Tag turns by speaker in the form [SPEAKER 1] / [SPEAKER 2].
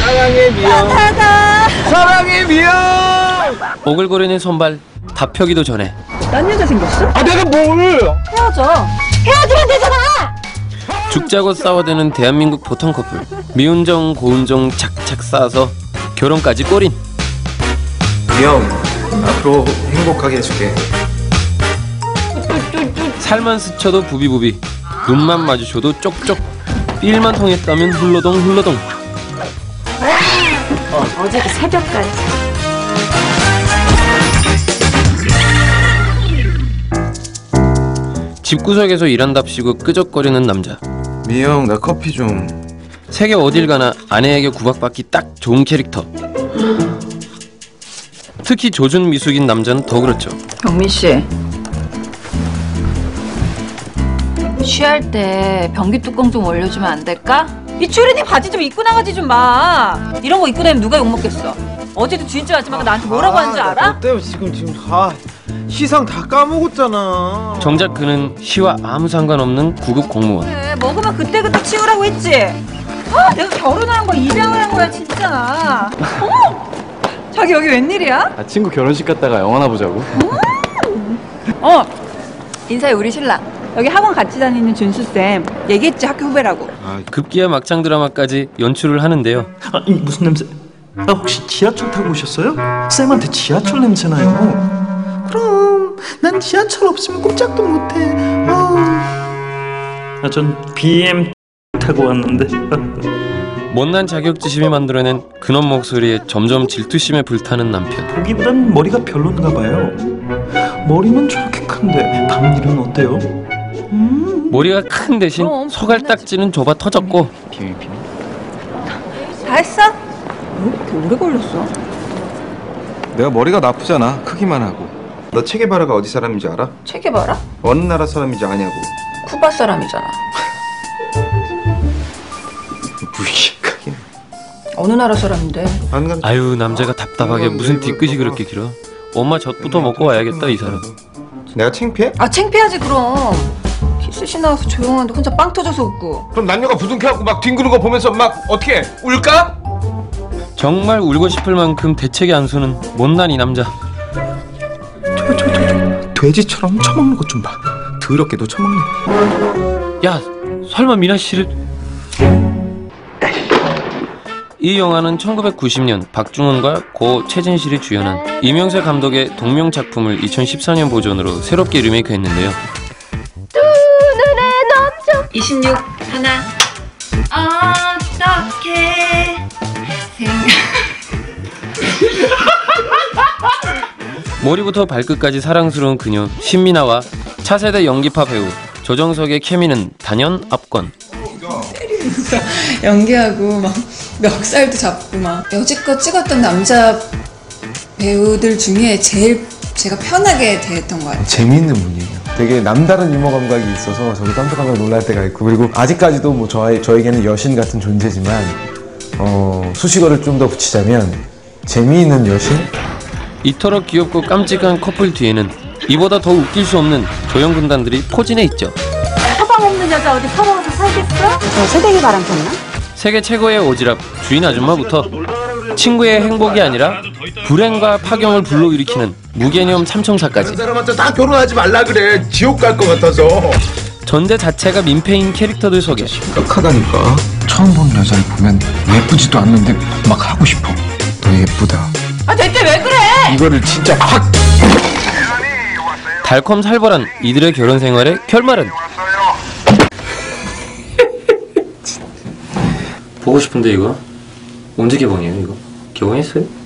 [SPEAKER 1] 사랑의 미역
[SPEAKER 2] 따다.
[SPEAKER 1] 사랑의 미역
[SPEAKER 3] 오글거리는 손발 다 펴기도 전에
[SPEAKER 4] 딴 여자 생겼어?
[SPEAKER 1] 아 내가 뭘
[SPEAKER 2] 헤어져. 헤어지면 되잖아.
[SPEAKER 3] 죽자고 싸워대는 대한민국 보통 커플 미운정 고운정 착착 쌓아서 결혼까지 꼬린
[SPEAKER 5] 미영 앞으로 행복하게 해줄게
[SPEAKER 3] 살만 스쳐도 부비부비 눈만 마주쳐도 쪽쪽 삘만 통했다면 훌러덩 훌러덩
[SPEAKER 2] 어제 그 새벽까지.
[SPEAKER 3] 집구석에서 일한답시고 끄적거리는 남자
[SPEAKER 5] 미영 나 커피 좀
[SPEAKER 3] 세계 어딜 가나 아내에게 구박받기 딱 좋은 캐릭터 특히 조준 미숙인 남자는 더 그렇죠
[SPEAKER 4] 경민 씨.
[SPEAKER 6] 취할 때 변기 뚜껑 좀 올려주면 안 될까?
[SPEAKER 2] 이 주린이 바지 좀 입고 나가지 좀 마. 이런 거 입고 다니면 누가 욕 먹겠어. 어제도 주인집 아줌마가 나한테 뭐라고 하는 줄 알아?
[SPEAKER 1] 너 때문에 지금 지금 다 시상 다 까먹었잖아
[SPEAKER 3] 정작 그는 시와 아무 상관없는 구급 공무원
[SPEAKER 2] 그래, 먹으면 그때 그때 치우라고 했지. 아, 내가 결혼한 거 입양을 한 거야 진짜. 어머, 자기 여기 웬일이야?
[SPEAKER 7] 아, 친구 결혼식 갔다가 영화나 보자고.
[SPEAKER 2] 어, 인사해 우리 신랑. 여기 학원 같이 다니는 준수 쌤 얘기했지 학교 후배라고.
[SPEAKER 3] 급기야 막장 드라마까지 연출을 하는데요
[SPEAKER 8] 아, 이 무슨 냄새? 아, 혹시 지하철 타고 오셨어요? 쌤한테 지하철 냄새 나요. 그럼 난 지하철 없으면 꼼짝도 못해. 아, 전 BM 타고 왔는데.
[SPEAKER 3] 못난 자격지심이 만들어낸 근원 목소리에 점점 질투심에 불타는 남편
[SPEAKER 8] 보기보단 머리가 별론가 봐요. 머리만 저렇게 큰데 밤일은 어때요?
[SPEAKER 3] 머리가 큰 대신
[SPEAKER 2] 그럼,
[SPEAKER 3] 소갈딱지는 좁아 터졌고
[SPEAKER 7] 비밀 비밀.
[SPEAKER 2] 다 했어? 왜 이렇게 오래 걸렸어?
[SPEAKER 5] 내가 머리가 나쁘잖아 크기만 하고 너 체게바라가 어디 사람인지 알아?
[SPEAKER 6] 체계봐라.
[SPEAKER 5] 어느 나라 사람인지 아냐고
[SPEAKER 6] 쿠바 사람이잖아.
[SPEAKER 5] 무식하게
[SPEAKER 6] 어느 나라 사람인데?
[SPEAKER 5] 안 간...
[SPEAKER 3] 아유 남자가 답답하게 무슨 뒤끝이 그렇게 길어 엄마 젖부터 먹고 와야겠다 이 사람
[SPEAKER 5] 내가 창피해?
[SPEAKER 6] 아 창피하지 그럼. 키스시 나와서 조용한데 혼자 빵 터져서 웃고.
[SPEAKER 5] 그럼 남녀가 부둥켜갖고 막 뒹구는 거 보면서 막 어떻게 해? 울까?
[SPEAKER 3] 정말 울고 싶을 만큼 대책이 안 서는 못난 이 남자
[SPEAKER 8] 돼지처럼 처먹는 것 좀 봐.
[SPEAKER 5] 더럽게도 처먹네
[SPEAKER 3] 야 설마 미나 씨를 이 영화는 1990년 박중훈과 고 최진실이 주연한 이명세 감독의 동명 작품을 2014년 버전으로 새롭게 리메이크했는데요
[SPEAKER 6] 26 하나. 어떻게 생각?
[SPEAKER 3] 머리부터 발끝까지 사랑스러운 그녀 신민아와 차세대 연기파 배우 조정석의 케미는 단연 압권
[SPEAKER 9] 연기하고 막 멱살도 잡고 막 여지껏 찍었던 남자 배우들 중에 제일 제가 편하게 대했던 것 같아요.
[SPEAKER 10] 재미있는 분이에요. 되게 남다른 유머 감각이 있어서 저도 깜짝깜짝 놀랄 때가 있고 그리고 아직까지도 뭐 저의, 저에게는 여신 같은 존재지만 어, 수식어를 좀 더 붙이자면 재미있는 여신?
[SPEAKER 3] 이토록 귀엽고 깜찍한 커플 뒤에는 이보다 더 웃길 수 없는 조연 군단들이 포진해 있죠
[SPEAKER 2] 서방 없는 여자 어디 서방에서 살겠어?
[SPEAKER 3] 세계 최고의 오지랖 주인 아줌마부터 친구의 행복이 아니라 불행과 파경을 불러일으키는 무개념 삼총사까지
[SPEAKER 5] 사람한테 다 결혼하지 말라 그래 지옥 갈 것 같아서
[SPEAKER 3] 전제 자체가 민폐인 캐릭터들 속에
[SPEAKER 5] 깜깜하다니까
[SPEAKER 10] 처음 보는 여자를 보면 예쁘지도 않는데 막 하고 싶어. 너 예쁘다.
[SPEAKER 2] 아 대체 왜 그래?
[SPEAKER 10] 이거를 진짜 확!
[SPEAKER 3] 달콤살벌한 이들의 결혼 생활의 결말은 보고 싶은데 이거 언제 개봉이에요 이거 개봉했어요?